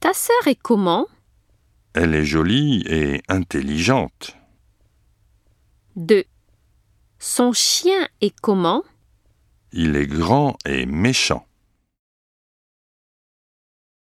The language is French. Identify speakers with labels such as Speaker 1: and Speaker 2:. Speaker 1: Ta sœur est comment
Speaker 2: Elle est jolie et intelligente.
Speaker 1: 2. Son chien est comment
Speaker 2: Il est grand et méchant.